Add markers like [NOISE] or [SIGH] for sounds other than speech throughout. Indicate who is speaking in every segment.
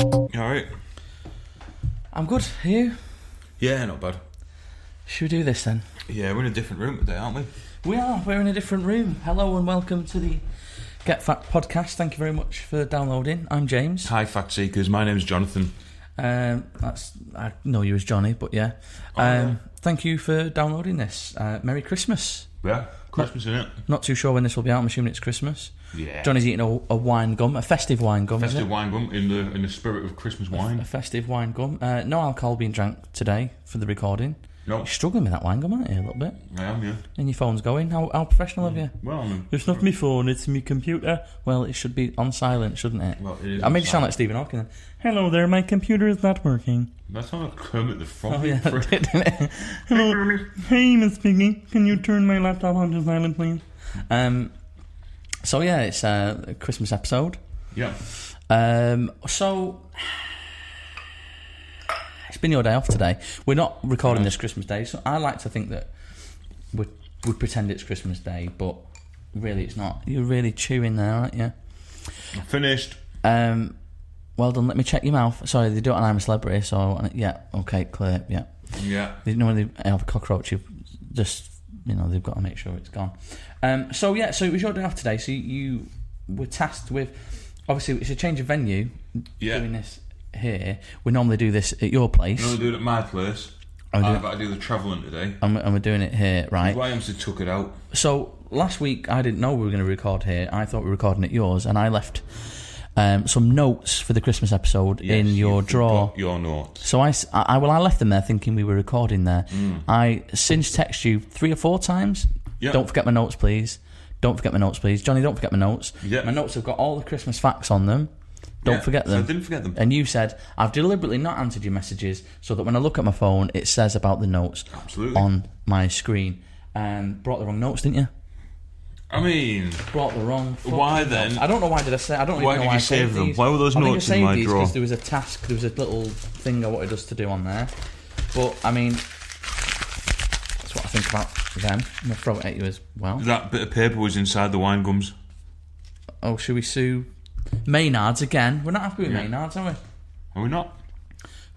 Speaker 1: All right.
Speaker 2: I'm good. Are you?
Speaker 1: Yeah, not bad.
Speaker 2: Should we do this then?
Speaker 1: Yeah, we're in a different room today, aren't we?
Speaker 2: We are. We're in a different room. Hello and welcome to the Get Fact podcast. Thank you very much for downloading. I'm James.
Speaker 1: Hi, fact seekers. My name's Jonathan.
Speaker 2: Um, that's I know you as Johnny, but yeah. Um,
Speaker 1: yeah.
Speaker 2: Thank you for downloading this. Uh, Merry Christmas.
Speaker 1: Yeah, Christmas in it.
Speaker 2: Not too sure when this will be out. I'm assuming it's Christmas.
Speaker 1: Yeah.
Speaker 2: Johnny's eating a, a wine gum, a festive wine gum. is
Speaker 1: Festive
Speaker 2: it?
Speaker 1: wine gum in the in the spirit of Christmas
Speaker 2: A
Speaker 1: wine.
Speaker 2: festive wine gum. Uh, no alcohol being drank today for the recording.
Speaker 1: No,
Speaker 2: You're struggling with that wine gum, aren't you? A little bit.
Speaker 1: I am. Yeah.
Speaker 2: And your phone's going. How, how professional have you?
Speaker 1: Well, I mean,
Speaker 2: It's not my phone, it's my computer. Well, it should be on silent, shouldn't it?
Speaker 1: Well, it is
Speaker 2: I
Speaker 1: on
Speaker 2: made it sound like Stephen Hawking. then. Hello there, my computer is not working.
Speaker 1: that's not a Kermit the Frog.
Speaker 2: [LAUGHS]
Speaker 1: [LAUGHS]
Speaker 2: Oh, yeah,
Speaker 1: for-
Speaker 2: it did, didn't it? Hello, hey, Miss Piggy, can you turn my laptop on to silent, please? Um, so, yeah, it's uh, a Christmas episode.
Speaker 1: yeah.
Speaker 2: Um, so, it's been your day off today. We're not recording this Christmas Day, so I like to think that we we pretend it's Christmas Day, but really it's not. You're really chewing there, aren't you?
Speaker 1: Finished.
Speaker 2: Um, well done. Let me check your mouth. Sorry, they do it, and I'm a celebrity. So and it- yeah, okay, clear. Yeah,
Speaker 1: Yeah.
Speaker 2: they know when they have a cockroach. You just you know they've got to make sure it's gone. Um, so yeah, so it was your day off today. So you were tasked with obviously it's a change of venue.
Speaker 1: Yeah.
Speaker 2: doing this here. We normally do this at your place,
Speaker 1: I'm gonna do it at my place.
Speaker 2: I'll do
Speaker 1: I've
Speaker 2: it.
Speaker 1: got to do the travelling today.
Speaker 2: and, we- and we're doing it here, right?
Speaker 1: YMC took it out.
Speaker 2: So last week I didn't know we were going to record here. I thought we were recording at yours, and I left um, some notes for the Christmas episode in
Speaker 1: Yes,
Speaker 2: your
Speaker 1: you
Speaker 2: drawer.
Speaker 1: forgot Your notes.
Speaker 2: So I, s- I- well, I left them there thinking we were recording there. I since text you three or four times.
Speaker 1: Mm. Yeah.
Speaker 2: Don't forget my notes, please. Don't forget my notes, please. Johnny, don't forget my notes.
Speaker 1: Yeah.
Speaker 2: My notes have got all the Christmas facts on them. Don't
Speaker 1: Yeah,
Speaker 2: forget
Speaker 1: so
Speaker 2: them.
Speaker 1: I didn't forget them.
Speaker 2: And you said I've deliberately not answered your messages so that when I look at my phone, it says about the notes
Speaker 1: Absolutely.
Speaker 2: on my screen. And brought the wrong notes, didn't you?
Speaker 1: I mean,
Speaker 2: Brought the wrong. fucking
Speaker 1: Why
Speaker 2: notes.
Speaker 1: then-
Speaker 2: I don't know why did I say. I don't
Speaker 1: Why
Speaker 2: even know
Speaker 1: did
Speaker 2: why
Speaker 1: you
Speaker 2: I
Speaker 1: save
Speaker 2: saved
Speaker 1: them?
Speaker 2: these.
Speaker 1: Why were those
Speaker 2: I
Speaker 1: notes in
Speaker 2: think I saved
Speaker 1: my
Speaker 2: these
Speaker 1: drawer?
Speaker 2: Because there was a task, there was a little thing I wanted us to do on there. But I mean, that's what I think about them. I'm gonna throw it at you as well.
Speaker 1: that bit of paper was inside the wine gums.
Speaker 2: Oh, should we sue Maynard's again? We're not happy with
Speaker 1: Yeah.
Speaker 2: Maynard's, are we?
Speaker 1: Are we not?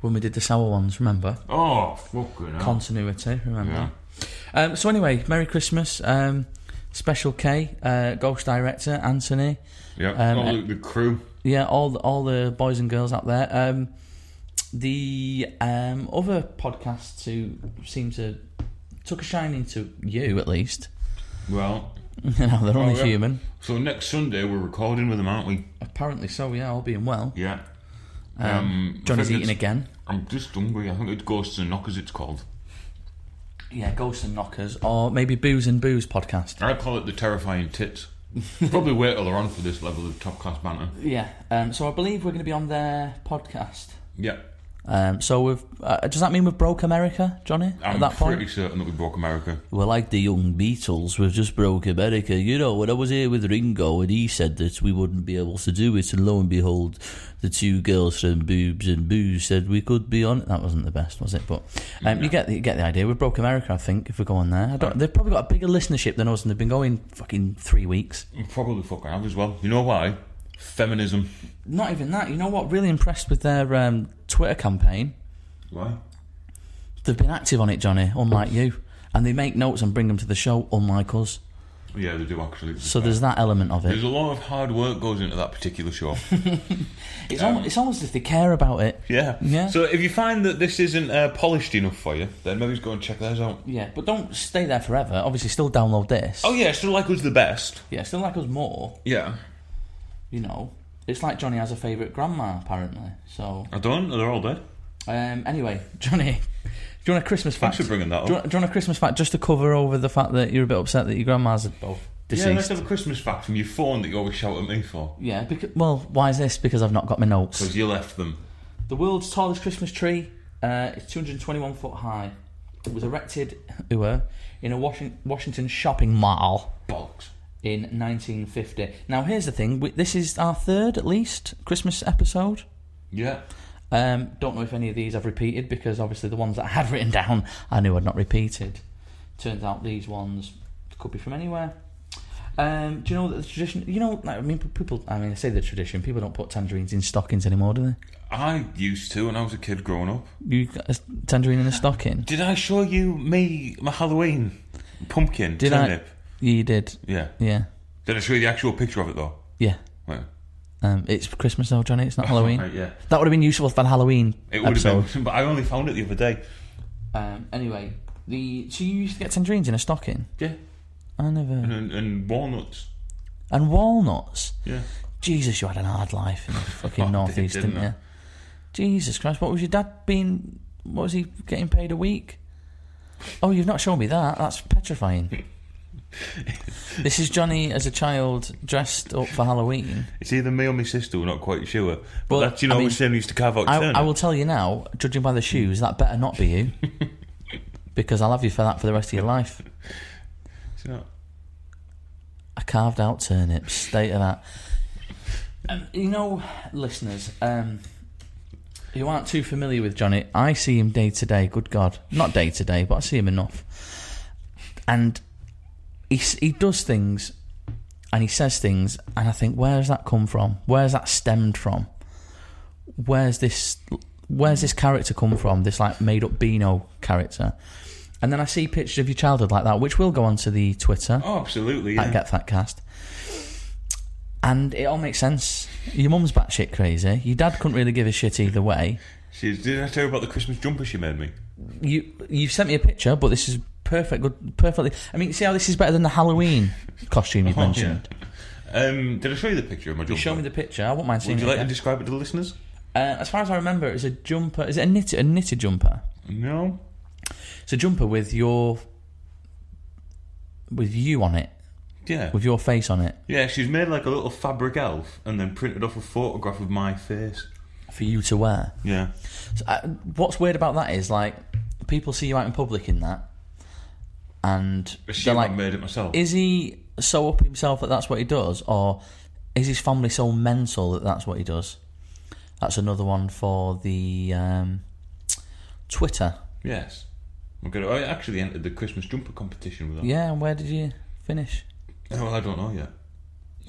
Speaker 2: When we did the sour ones, remember?
Speaker 1: Oh, fucking hell.
Speaker 2: Continuity, remember?
Speaker 1: Yeah.
Speaker 2: Um, so anyway, Merry Christmas. Um, Special K, uh, Ghost Director Anthony.
Speaker 1: Yeah.
Speaker 2: Um,
Speaker 1: oh, look, the crew.
Speaker 2: Yeah, all the, all the boys and girls out there. Um, the um, other podcasts who seem to took a shining to you at least. [LAUGHS]
Speaker 1: Well,
Speaker 2: you know, they're only
Speaker 1: yeah.
Speaker 2: human.
Speaker 1: so next Sunday we're recording with them, aren't we?
Speaker 2: Apparently so. Yeah, all being well.
Speaker 1: Yeah. Um, I
Speaker 2: Johnny's
Speaker 1: think
Speaker 2: eating
Speaker 1: it's-
Speaker 2: again.
Speaker 1: I'm just hungry. I think it's Ghosts and Knockers it's called.
Speaker 2: Yeah, Ghosts and Knockers, or maybe Booze and Booze podcast.
Speaker 1: I call it the Terrifying Tits. [LAUGHS] Probably wait till they're on for this level of top class banter.
Speaker 2: Yeah. Um, so I believe we're going to be on their podcast.
Speaker 1: Yeah.
Speaker 2: Um, so we've. Uh, does that mean we've broke America, Johnny?
Speaker 1: I'm
Speaker 2: at that point.
Speaker 1: pretty certain that we broke America.
Speaker 2: We're like the young Beatles, we've just broke America. You know, when I was here with Ringo and he said that we wouldn't be able to do it, and lo and behold, the two girls from Boobs and Booze said we could be on it. That wasn't the best, was it? But um, you get the, you get the idea. We broke America, I think, if we go on there. I don't, they've probably got a bigger listenership than us, and they've been going fucking three weeks.
Speaker 1: We Probably fucking have as well. You know why? Feminism.
Speaker 2: Not even that. You know what? Really impressed with their um, Twitter campaign.
Speaker 1: Why?
Speaker 2: They've been active on it, Johnny, unlike you. And they make notes and bring them to the show, unlike us.
Speaker 1: Yeah, they do actually.
Speaker 2: So there's that element of it.
Speaker 1: There's a lot of hard work goes into that particular show.
Speaker 2: It's, almost, it's almost as if they care about it.
Speaker 1: yeah.
Speaker 2: Yeah.
Speaker 1: So if you find that this isn't uh, polished enough for you, then maybe just go and check theirs out.
Speaker 2: Yeah, but don't stay there forever. Obviously, still download this.
Speaker 1: Oh yeah, still like us the best.
Speaker 2: yeah, still like us more.
Speaker 1: Yeah.
Speaker 2: You know, it's like Johnny has a favourite grandma apparently. So
Speaker 1: I don't. They're all dead.
Speaker 2: Um, anyway, [LAUGHS] Johnny, do you want a Christmas fact?
Speaker 3: Thanks for bringing that
Speaker 2: Do you,
Speaker 3: up.
Speaker 2: want, do you want a Christmas fact just to cover over the fact that you're a bit upset that your grandmas are both
Speaker 1: Yeah, let's
Speaker 2: deceased?
Speaker 1: have a Christmas fact from your phone that you always shout at me for.
Speaker 2: Yeah, because, well, why is this? Because I've not got my notes.
Speaker 1: Because you left them.
Speaker 2: The world's tallest Christmas tree uh, is 221 foot high. It was erected [LAUGHS] ooh, in a Washing- Washington shopping mall
Speaker 1: Bollocks.
Speaker 2: in 1950. Now, here's the thing. We, this is our third, at least, Christmas episode.
Speaker 1: Yeah.
Speaker 2: Um, don't know if any of these I've repeated because obviously the ones that I had [LAUGHS] written down I knew I'd not repeated. Turns out these ones could be from anywhere. Um, do you know that the tradition? You know, I mean, p- people. I mean, I say the tradition. People don't put tangerines in stockings anymore, do
Speaker 1: I used to when I was a kid growing up.
Speaker 2: they? You got a tangerine in a stocking?
Speaker 1: Did I show you me my Halloween pumpkin
Speaker 2: Did I?
Speaker 1: turnip?
Speaker 2: You did.
Speaker 1: Yeah.
Speaker 2: Yeah,
Speaker 1: Did I show you the actual picture of it though?
Speaker 2: yeah.
Speaker 1: Right.
Speaker 2: Um, it's Christmas though, Johnny. It's not Halloween.
Speaker 1: Right, yeah.
Speaker 2: That would have been useful for the Halloween
Speaker 1: It would
Speaker 2: episode.
Speaker 1: have been, [LAUGHS] but I only found it the other day.
Speaker 2: Um, anyway, the so you used to get tangerines in a stocking.
Speaker 1: Yeah.
Speaker 2: I never.
Speaker 1: And, and walnuts.
Speaker 2: And walnuts.
Speaker 1: Yeah.
Speaker 2: Jesus, you had an hard life in the fucking
Speaker 1: [LAUGHS] I did,
Speaker 2: northeast, did,
Speaker 1: didn't
Speaker 2: not
Speaker 1: I?
Speaker 2: you? Jesus Christ, what was your dad being? What was he getting paid a week? Oh, you've not shown me that. That's
Speaker 1: [LAUGHS]
Speaker 2: petrifying. this is Johnny as a child dressed up for Halloween.
Speaker 1: It's either me or my sister. We're not quite sure. But
Speaker 2: Well,
Speaker 1: that's you
Speaker 2: I
Speaker 1: know
Speaker 2: mean,
Speaker 1: we're saying we used to carve out.
Speaker 2: I,
Speaker 1: turnip.
Speaker 2: I will tell you now, judging by the shoes, that better not
Speaker 1: [LAUGHS]
Speaker 2: be you, because I'll have you for that for the rest of your life.
Speaker 1: It's not-
Speaker 2: I carved out turnips. State of that. Um, you know, listeners, um, you aren't too familiar with Johnny. I see him day to day. Good God, not day to day, but I see him enough. And he s- he does things, and he says things, and I think, where's that come from? Where's that stemmed from? Where's this? Where's this character come from? This like made up Beano character. And then I see pictures of your childhood like that, which will go onto the Twitter
Speaker 1: Oh, absolutely.
Speaker 2: at
Speaker 1: Yeah.
Speaker 2: Get Fat Cast. And it all makes sense. Your mum's batshit crazy. Your dad couldn't really give a shit either way.
Speaker 1: She, did I tell you about the Christmas jumper she made me?
Speaker 2: You you sent me a picture, but this is perfect. Good, perfectly. I mean, see how this is better than the Halloween costume you've
Speaker 1: Oh,
Speaker 2: mentioned.
Speaker 1: Um, did I show you the picture of my
Speaker 2: You
Speaker 1: jumper?
Speaker 2: show me the picture. I wouldn't mind seeing
Speaker 1: Would you
Speaker 2: it.
Speaker 1: like to
Speaker 2: again.
Speaker 1: describe it to the listeners?
Speaker 2: uh, as far as I remember, it's a jumper. Is it a knit a knitted jumper?
Speaker 1: No.
Speaker 2: It's a jumper with your with you on it,
Speaker 1: Yeah.
Speaker 2: with your face on it,
Speaker 1: Yeah, she's made like a little fabric elf and then printed off a photograph of my face.
Speaker 2: for you to wear.
Speaker 1: Yeah.
Speaker 2: I, what's weird about that is like people see you out in public in that, and they're
Speaker 1: Assume
Speaker 2: like,
Speaker 1: I made it myself.
Speaker 2: "Is he so up himself that that's what he does, or is his family so mental that that's what he does?" That's another one for the um, Twitter.
Speaker 1: yes. I'm gonna, I actually entered the Christmas jumper competition with that.
Speaker 2: Yeah, and where did you finish?
Speaker 1: Oh, well, I don't know yet.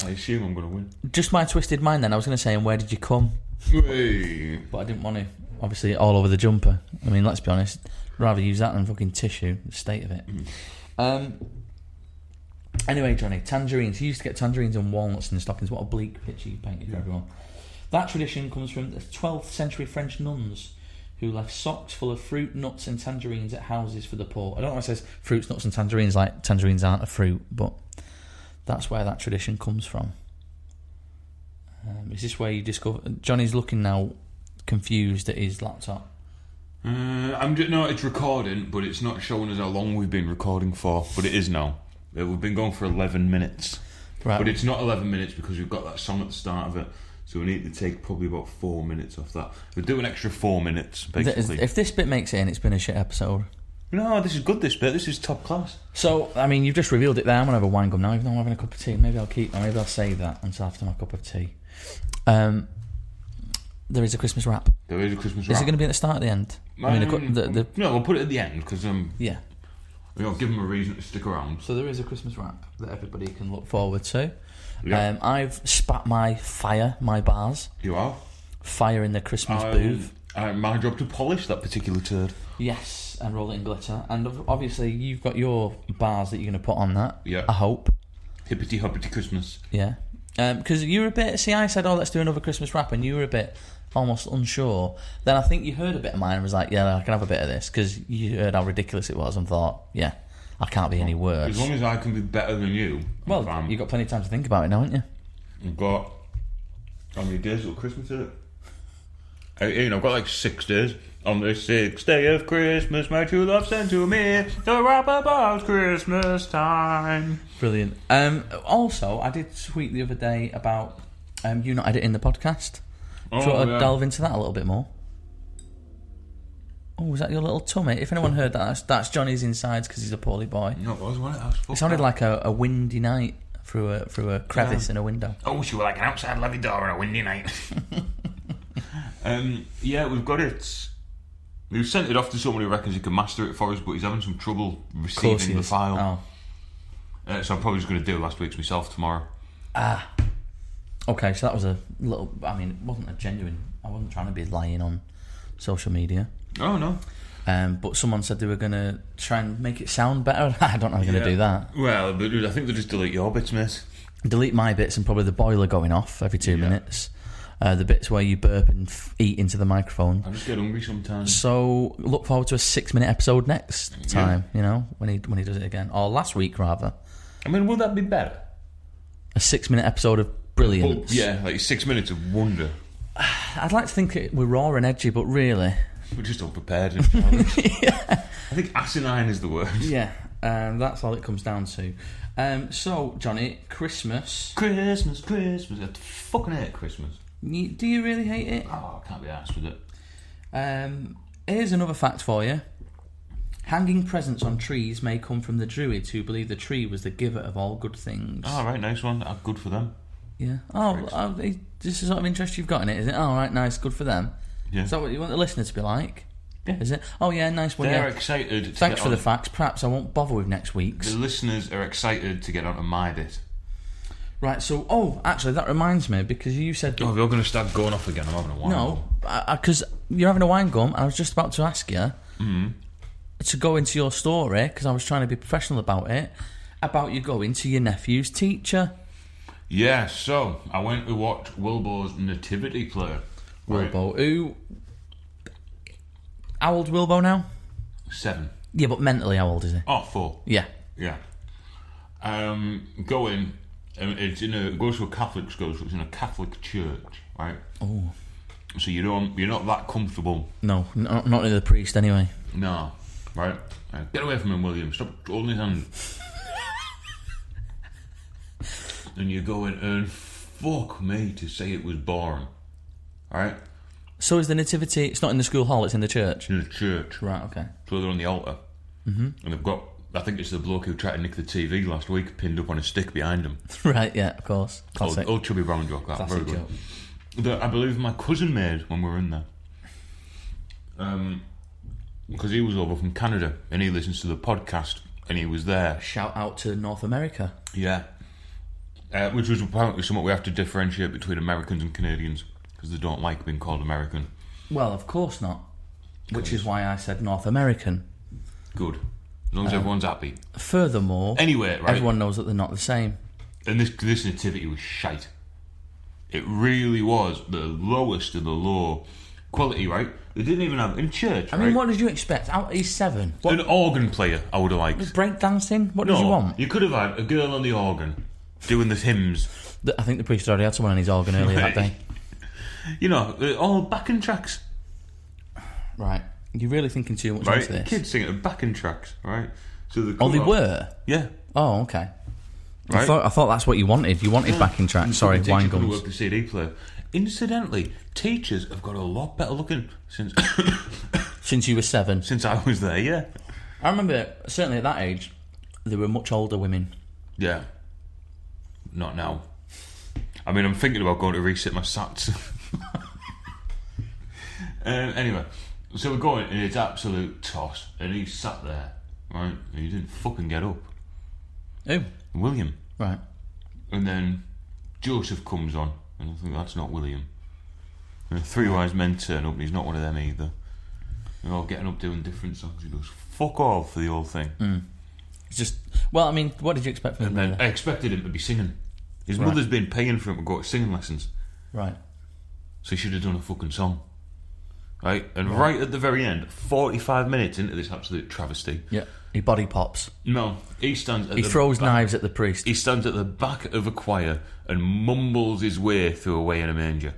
Speaker 1: I assume I'm going to win.
Speaker 2: Just my twisted mind. Then I was going to say, "And where did you come?"
Speaker 1: Hey.
Speaker 2: But I didn't want to. Obviously, all over the jumper. I mean, let's be honest. Rather use that than fucking tissue. The state of it. Um. Anyway, Johnny, tangerines. You used to get tangerines and walnuts in the stockings. What a bleak picture you painted for everyone. That tradition comes from the 12th century French nuns who left socks full of fruit, nuts, and tangerines at houses for the poor. I don't know why it says fruits, nuts, and tangerines, like tangerines aren't a fruit, but that's where that tradition comes from. Um, is this where you discover. Johnny's looking now confused at his laptop.
Speaker 1: Uh, I'm just, no, it's recording, but it's not showing us how long we've been recording for. But it is now. Uh, We've been going for 11 minutes.
Speaker 2: Right.
Speaker 1: But it's not 11 minutes because we've got that song at the start of it. So we need to take probably about four minutes off that. We'll do an extra four minutes,
Speaker 2: Th-
Speaker 1: basically.
Speaker 2: if this bit makes it in, it's been a shit episode.
Speaker 1: no, this is good, this bit. This is top class.
Speaker 2: So, I mean, you've just revealed it there. I'm going to have a wine gum now, even though I'm having a cup of tea. Maybe I'll keep, or maybe I'll save that until after my cup of tea. Um, there is a Christmas wrap.
Speaker 1: There is a Christmas
Speaker 2: Is
Speaker 1: wrap.
Speaker 2: it going to be at the start or the end? I mean, the, the, the,
Speaker 1: No, we'll put it at the end because um,
Speaker 2: yeah.
Speaker 1: you know, give them a reason to stick around.
Speaker 2: So there is a Christmas wrap that everybody can look forward to.
Speaker 1: Yeah.
Speaker 2: Um, I've spat my fire, my bars,
Speaker 1: You are.
Speaker 2: fire in the Christmas
Speaker 1: Um,
Speaker 2: booth.
Speaker 1: uh, my job to polish that particular turd.
Speaker 2: Yes, and roll it in glitter. And ob- obviously, you've got your bars that you're going to put on that.
Speaker 1: Yeah.
Speaker 2: I hope.
Speaker 1: Hippity hoppity Christmas.
Speaker 2: Yeah. Because you were a bit, see, I said, oh, let's do another Christmas wrap, and you were a bit almost unsure. Then I think you heard a bit of mine and was like, yeah, I can have a bit of this, because you heard how ridiculous it was and thought, yeah, I can't be any
Speaker 1: As
Speaker 2: worse.
Speaker 1: long as I can be better than you, I'm
Speaker 2: Well,
Speaker 1: fine.
Speaker 2: you've got plenty of time to think about it now, haven't you?
Speaker 1: I've got how many days till Christmas is it? I, you know, I've got like six days. On the sixth day of Christmas, my true love sent to me the wrap about Christmas time.
Speaker 2: Brilliant. Um, also, I did tweet the other day about um, you not editing the podcast. Do you
Speaker 1: Oh,
Speaker 2: want to
Speaker 1: yeah.
Speaker 2: delve into that a little bit more? Oh, was that your little tummy? If anyone heard that, that's, that's Johnny's insides because he's a poorly boy.
Speaker 1: No, it was one of those.
Speaker 2: It sounded like a, a windy night through a through a crevice in a window.
Speaker 1: I wish you were Oh, like an outside levy door on a windy
Speaker 2: [LAUGHS]
Speaker 1: night. um, yeah, we've got it. We've sent it off to someone who reckons he can master it for us, but he's having some trouble
Speaker 2: he
Speaker 1: receiving the
Speaker 2: is.
Speaker 1: file.
Speaker 2: Oh.
Speaker 1: Uh, so I'm probably just going to do last week's myself tomorrow.
Speaker 2: Oh, Okay, so that was a little. I mean, it wasn't a genuine. I wasn't trying to be lying on social media.
Speaker 1: Oh no!
Speaker 2: Um, but someone said they were going to try and make it sound better. [LAUGHS] I don't know how they're going to do that.
Speaker 1: Well, but I think they'll just delete your bits, mate.
Speaker 2: Delete my bits and probably the boiler going off every two minutes. Uh, the bits where you burp and f- eat into the microphone.
Speaker 1: I just get hungry sometimes.
Speaker 2: So look forward to a six-minute episode next time. You know when he when he does it again, or last week rather,
Speaker 1: I mean, will that be better?
Speaker 2: a six-minute episode of brilliance.
Speaker 1: Oh, yeah, like six minutes of wonder.
Speaker 2: I'd like to think it, we're raw and edgy, but really,
Speaker 1: We're just [LAUGHS] unprepared. And childish. I think asinine is the word.
Speaker 2: yeah, um, that's all it comes down to. Um, so Johnny, Christmas.
Speaker 1: Christmas, Christmas. I fucking hate Christmas.
Speaker 2: You, do you really hate it?
Speaker 1: Oh, I can't be arsed with it.
Speaker 2: Um, here's another fact for you. Hanging presents on trees may come from the druids who believe the tree was the giver of all good things.
Speaker 1: All right, nice one. Uh, good for them.
Speaker 2: Yeah. Oh, oh they- this is the sort of interest you've got in it, is it? All right, nice, good for them.
Speaker 1: Yeah.
Speaker 2: Is that what you want the listener to be like? Yeah. Is it? Oh yeah, nice one.
Speaker 1: They're
Speaker 2: yeah.
Speaker 1: excited. To
Speaker 2: Thanks
Speaker 1: get
Speaker 2: for the
Speaker 1: on-
Speaker 2: facts. Perhaps I won't bother with next
Speaker 1: the
Speaker 2: week's.
Speaker 1: listeners are excited to get onto my bit.
Speaker 2: Right. So, oh, actually, that reminds me because you said
Speaker 1: Oh, we're going to start going off again. I'm having a while.
Speaker 2: no, because you're having a wine gum. And I was just about to ask you
Speaker 1: Mm-hmm.
Speaker 2: to go into your story because I was trying to be professional about it. About you going to your nephew's teacher,
Speaker 1: Yeah, so I went to watch Wilbur's nativity play. Right,
Speaker 2: Wilbo. Who? How old Wilbo now?
Speaker 1: Seven.
Speaker 2: Yeah, but mentally, how old is he?
Speaker 1: Oh, four.
Speaker 2: Yeah.
Speaker 1: Yeah. Um, go in. Um, it's in a, it goes to a Catholic school, so it's in a Catholic church, right? Oh. So you don't, you're not that comfortable.
Speaker 2: No, n- not, not near the priest anyway.
Speaker 1: No. Right? Uh, Get away from him, William. Stop holding his [LAUGHS] hand. and you go in and fuck me to say it was boring. Alright?
Speaker 2: So is the nativity? It's not in the school hall. It's in the church.
Speaker 1: In a church.
Speaker 2: Right. Okay. [LAUGHS]
Speaker 1: So they're on the altar. Mm-hmm. And they've got, I think it's the bloke who tried to nick the TV last week, pinned up on a stick behind him.
Speaker 2: right. Yeah. Of course.
Speaker 1: Old,
Speaker 2: Classic.
Speaker 1: old Oh, Chubby Brown joke, that. Very
Speaker 2: classic
Speaker 1: good.
Speaker 2: joke.
Speaker 1: that I believe my cousin made when we were in there. Um, because he was over from Canada and he listens to the podcast and he was there.
Speaker 2: Shout out to North America.
Speaker 1: Yeah. Uh, which was apparently something we have to differentiate between Americans and Canadians because they don't like being called American.
Speaker 2: Well, of course not. Which is why I said North American.
Speaker 1: Good. As long as everyone's happy.
Speaker 2: Furthermore,
Speaker 1: Anyway, right.
Speaker 2: Um, everyone knows that they're not the same.
Speaker 1: And this, this nativity was shite. It really was the lowest of the low quality, right? They didn't even have in church.
Speaker 2: I mean,
Speaker 1: right?
Speaker 2: what did you expect? Out he's seven. What
Speaker 1: An organ player, I would have liked.
Speaker 2: break dancing? What did you want?
Speaker 1: could have had a girl on the organ doing the hymns.
Speaker 2: The- I think the priest already had someone on his organ earlier
Speaker 1: [LAUGHS]
Speaker 2: that day.
Speaker 1: You know, they're all backing tracks,
Speaker 2: Right. You're really thinking too much
Speaker 1: right?
Speaker 2: into this.
Speaker 1: Kids singing backing tracks, right? So the
Speaker 2: Oh, they
Speaker 1: cover-
Speaker 2: were.
Speaker 1: yeah.
Speaker 2: Oh, okay. I
Speaker 1: Right.
Speaker 2: thought I thought that's what you wanted. You wanted backing tracks. Sorry,
Speaker 1: Teacher
Speaker 2: wine
Speaker 1: couldn't
Speaker 2: gums.
Speaker 1: work the CD player. Incidentally, teachers have got a lot better looking since [COUGHS]
Speaker 2: Since you were seven,
Speaker 1: since I was there. Yeah,
Speaker 2: I remember certainly at that age, there were much older women.
Speaker 1: yeah. Not now. I mean, I'm thinking about going to reset my sats. [LAUGHS] um, anyway, so we're going, and it's absolute toss. And he sat there, right? And he didn't fucking get up.
Speaker 2: Oh,
Speaker 1: William.
Speaker 2: right.
Speaker 1: And then Joseph comes on, and I think that's not William. And the three wise men turn up, and he's not one of them either. They're all getting up doing different songs. He goes, fuck off for the whole thing.
Speaker 2: It's just well, I mean, what did you expect from
Speaker 1: And
Speaker 2: them?
Speaker 1: then I expected him to be singing. His mother's been paying for him to go to singing lessons,
Speaker 2: Right.
Speaker 1: so he should have done a fucking song. Right? And right, at the very end, 45 minutes into this absolute travesty,
Speaker 2: Yeah. He body pops.
Speaker 1: no, he stands at
Speaker 2: He
Speaker 1: the
Speaker 2: throws
Speaker 1: back-
Speaker 2: knives at the priest.
Speaker 1: He stands at the back of a choir and mumbles his way through Away in a Manger.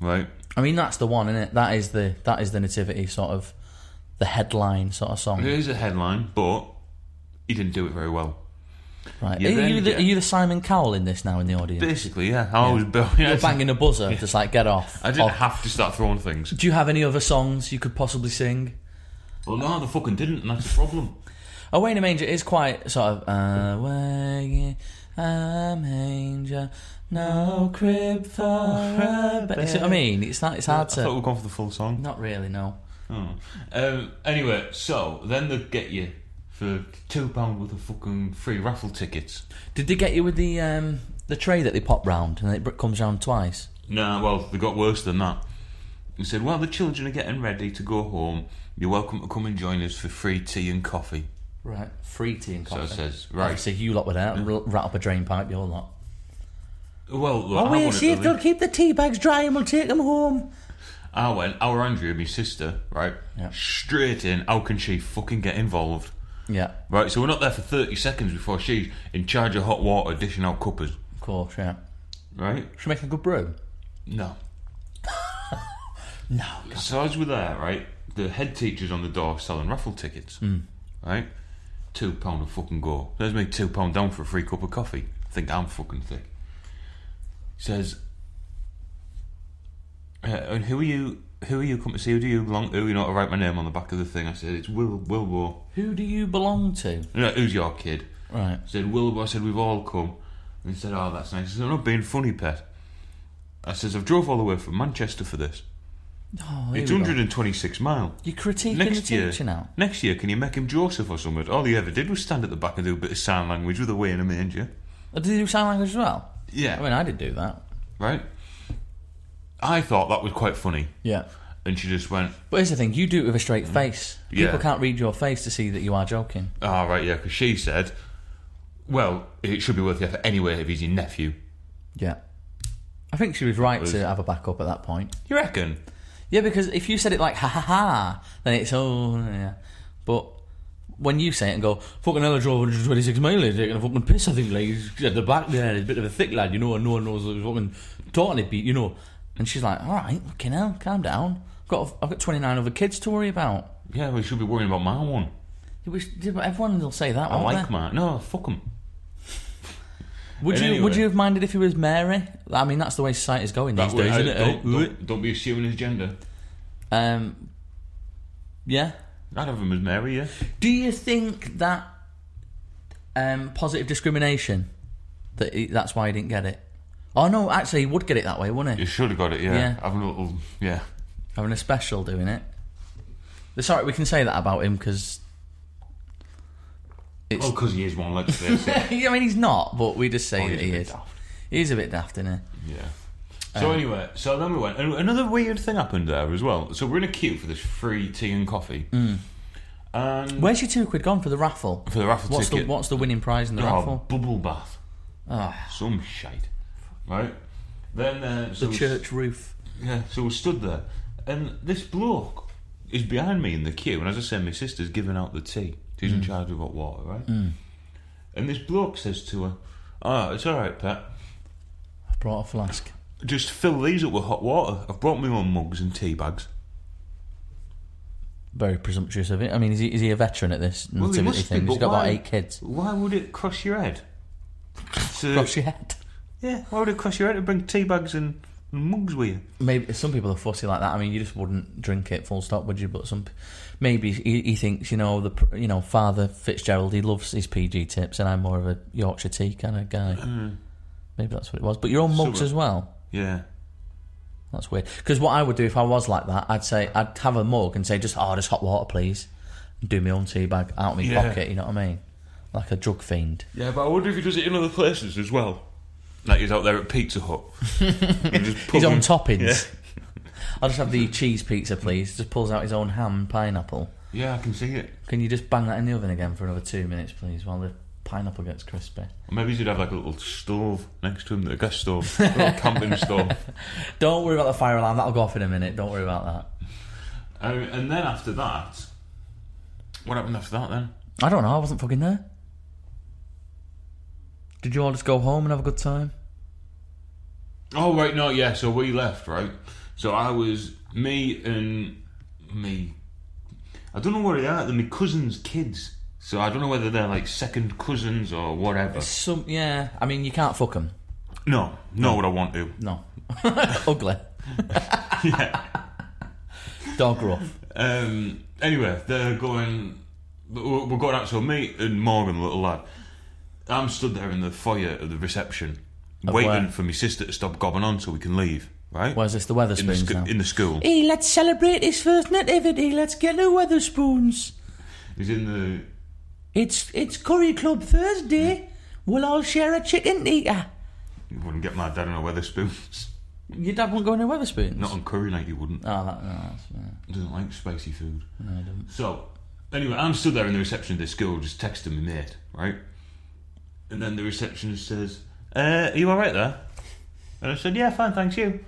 Speaker 1: Right?
Speaker 2: I mean, that's the one, isn't it? That is the that is the nativity sort of the headline sort of song,
Speaker 1: It is a headline, but he didn't do it very well.
Speaker 2: right?
Speaker 1: you
Speaker 2: Are
Speaker 1: then
Speaker 2: you, the,
Speaker 1: get-
Speaker 2: are you the Simon Cowell in this now in the audience?
Speaker 1: Basically, yeah. I was [LAUGHS]
Speaker 2: You're banging a buzzer, just like get off.
Speaker 1: I didn't
Speaker 2: Or-
Speaker 1: have to start throwing things.
Speaker 2: do you have any other songs you could possibly sing?
Speaker 1: Well, no, they fucking didn't, and that's the problem.
Speaker 2: Away in Oh, a manger is quite sort of uh, away in a manger, no crib
Speaker 1: [LAUGHS]
Speaker 2: for a ba-" You see what I mean? It's not. It's hard
Speaker 1: I thought
Speaker 2: to.
Speaker 1: we'd gone for the full song.
Speaker 2: Not really. No.
Speaker 1: Oh. Um, anyway, so then they get you for two pound worth of fucking free raffle tickets.
Speaker 2: Did they get you with the um, the tray that they pop round and it br- comes round twice?
Speaker 1: No, well, they got worse than that. They said, "Well, the children are getting ready to go home. You're welcome to come and join us for free tea and coffee."
Speaker 2: Right. Free tea and coffee.
Speaker 1: So it says, "Right,
Speaker 2: So you lot would out and r- rat up a drain pipe, your lot.
Speaker 1: well, look,
Speaker 2: Oh,
Speaker 1: I,
Speaker 2: we
Speaker 1: wanted
Speaker 2: see
Speaker 1: to
Speaker 2: if they'll
Speaker 1: leave.
Speaker 2: keep the tea bags dry and we'll take them home.
Speaker 1: I went. Our Andrea, my sister, right,
Speaker 2: Yeah.
Speaker 1: straight in. How can she fucking get involved?"
Speaker 2: Yeah,
Speaker 1: Right, so we're not there for 30 seconds before she's in charge of hot water dishing out cuppers,
Speaker 2: of course. Yeah.
Speaker 1: right?
Speaker 2: Should we make a good brew?
Speaker 1: No. [LAUGHS] no. So as we're there, right, the head teacher's on the door selling raffle tickets, mm. right? Two pound a fucking go. There's me two pound down for a free cup of coffee. Think I'm fucking thick. Says, uh, and who are you? Who are you come to see? Who do you belong to? You know, I write my name on the back of the thing. I said, it's Will Wilbur.
Speaker 2: Who do you belong to?
Speaker 1: No, who's your kid?
Speaker 2: Right.
Speaker 1: said, Wilbur, I said, we've all come. And he said, oh, that's nice. I said, I'm not being funny, pet. I says, I've drove all the way from Manchester for this.
Speaker 2: Oh, here
Speaker 1: It's
Speaker 2: we go.
Speaker 1: 126 mile.
Speaker 2: You're critiquing
Speaker 1: Next
Speaker 2: the
Speaker 1: year,
Speaker 2: teacher now.
Speaker 1: next year, can you make him Joseph or something? All he ever did was stand at the back and do a bit of sign language with a way in a manger.
Speaker 2: Oh, Did you do sign language as well?
Speaker 1: Yeah,
Speaker 2: I mean, I did do that.
Speaker 1: right? I thought that was quite funny.
Speaker 2: Yeah.
Speaker 1: And she just went,
Speaker 2: But here's the thing: you do it with a straight face.
Speaker 1: Mm. Yeah.
Speaker 2: People can't read your face to see that you are joking.
Speaker 1: Ah, right, yeah, because she said, well, it should be worth the effort anyway if he's your nephew.
Speaker 2: Yeah. I think she was right
Speaker 1: was-
Speaker 2: to have a backup at that point.
Speaker 1: You reckon?
Speaker 2: Yeah, because if you said it like ha ha ha, then it's oh yeah. But when you say it and go fucking hell, I drove 126 miles, they're gonna fucking piss. I think like he's at the back there, he's a bit of a thick lad, you know, and no one knows he's fucking talking it beat, you know. And she's like, all right, fucking hell, calm down. I've got I've got 29 other kids to worry about.
Speaker 1: Yeah, we should be worrying about my one.
Speaker 2: It was- Everyone will say that.
Speaker 1: I
Speaker 2: won't they?
Speaker 1: like mine. No, fuck him.
Speaker 2: Would you
Speaker 1: Anyway.
Speaker 2: would you have minded if he was Mary? I mean, that's the way society's going these
Speaker 1: That way,
Speaker 2: days,
Speaker 1: I-
Speaker 2: isn't it?
Speaker 1: don't, don't- don't be assuming his gender.
Speaker 2: Um, yeah.
Speaker 1: I'd have him as Mary, yeah.
Speaker 2: Do you think that um, positive discrimination that he, that's why he didn't get it? Oh no, actually, he would get it that way, wouldn't he?
Speaker 1: You should have got it, yeah.
Speaker 2: Yeah.
Speaker 1: Having a little, yeah.
Speaker 2: Having a special doing it. Sorry, we can say that about
Speaker 1: [LAUGHS]
Speaker 2: him because it's.
Speaker 1: Well, because Oh, he is one, let's face [LAUGHS] it.
Speaker 2: I mean, he's not, but we just say
Speaker 1: Oh,
Speaker 2: that
Speaker 1: he's a
Speaker 2: he
Speaker 1: bit
Speaker 2: is.
Speaker 1: daft.
Speaker 2: He's a bit daft, isn't he?
Speaker 1: Yeah. Um, So anyway, so then we went. And another weird thing happened there as well. So we're in a queue for this free tea and coffee. And
Speaker 2: Where's your two quid gone for the raffle?
Speaker 1: Mm. for the raffle
Speaker 2: What's the
Speaker 1: ticket.
Speaker 2: what's the winning prize in the
Speaker 1: oh,
Speaker 2: raffle?
Speaker 1: bubble bath. Some shite. Right? Then uh, so
Speaker 2: The
Speaker 1: we-
Speaker 2: church roof.
Speaker 1: Yeah, so we stood there, and this bloke is behind me in the queue, and as I said, my sister's giving out the tea. She's
Speaker 2: Mm.
Speaker 1: in charge of hot water, right? And this bloke says to her, "Ah, it's all right, Pat.
Speaker 2: I brought a flask.
Speaker 1: Just fill these up with hot water. I've brought me own mugs and tea bags."
Speaker 2: Very presumptuous of it. I mean, is he, is he a veteran at this
Speaker 1: Well, he
Speaker 2: nativity
Speaker 1: must
Speaker 2: thing?
Speaker 1: be,
Speaker 2: He's
Speaker 1: but
Speaker 2: got
Speaker 1: why,
Speaker 2: about eight kids.
Speaker 1: Why would it cross your head? to-
Speaker 2: Cross your head.
Speaker 1: Yeah, why would it cross your head to bring tea bags and, and mugs with you?
Speaker 2: Maybe some people are fussy like that. I mean, you just wouldn't drink it, full stop, would you? But some, maybe he, he thinks you know the pr- you know Father Fitzgerald. He loves his PG tips, and I'm more of a Yorkshire tea kind of guy. Maybe that's what it was. But your own mugs
Speaker 1: Sure.
Speaker 2: as well.
Speaker 1: Yeah.
Speaker 2: That's weird. Because what I would do if I was like that, I'd say I'd have a mug and say just oh, just hot water, please, and do my own tea bag out of my
Speaker 1: Yeah.
Speaker 2: pocket. You know what I mean? Like a drug fiend.
Speaker 1: Yeah, but I wonder if he does it in other places as well. Like he's out there at Pizza
Speaker 2: [LAUGHS]
Speaker 1: Hut. He just
Speaker 2: His own
Speaker 1: pugging-
Speaker 2: toppings. [LAUGHS] I'll just have the cheese pizza, please. Just pulls out his own ham and pineapple.
Speaker 1: Yeah, I can see it.
Speaker 2: Can you just bang that in the oven again for another two minutes, please, while the pineapple gets crispy?
Speaker 1: Or maybe he should have like a little stove next to him, a gas stove, a little camping [LAUGHS] stove.
Speaker 2: Don't worry about the fire alarm. That'll go off in a minute. Don't worry about that.
Speaker 1: Um, and then after that, what happened after that then?
Speaker 2: I don't know. I wasn't fucking there. Did you all just go home and have a good time?
Speaker 1: Oh right, no, yeah. So we left, right? So I was me and me. I don't know where they are. They're my cousin's kids. So I don't know whether they're like second cousins or whatever.
Speaker 2: Some, yeah. I mean, you can't fuck them.
Speaker 1: No, not what I want to.
Speaker 2: No. [LAUGHS] Ugly. Dog rough.
Speaker 1: Um, anyway, they're going. We're we're going out. So me and Morgan, the little lad, I'm stood there in the foyer of the reception, waiting
Speaker 2: where?
Speaker 1: for my sister to stop gobbing on so we can leave. Right?
Speaker 2: Where's this? The
Speaker 1: in the,
Speaker 2: Weatherspoons
Speaker 1: sc-
Speaker 2: now.
Speaker 1: in the school.
Speaker 2: Hey, let's celebrate his first nativity. Let's get the Weatherspoons.
Speaker 1: He's in the.
Speaker 2: It's it's Curry Club Thursday. We'll all share a chicken eater.
Speaker 1: You wouldn't get my dad on a Weatherspoons.
Speaker 2: Your dad won't go into
Speaker 1: [LAUGHS]
Speaker 2: Weatherspoons?
Speaker 1: Not on curry night, you wouldn't.
Speaker 2: Oh, that, no, that's, yeah.
Speaker 1: doesn't like spicy food. So, anyway, I'm still there in the reception of this school, just texting my mate, right? And then the receptionist says, uh, "Are you all right there?" And I said, "Yeah, fine, thanks you."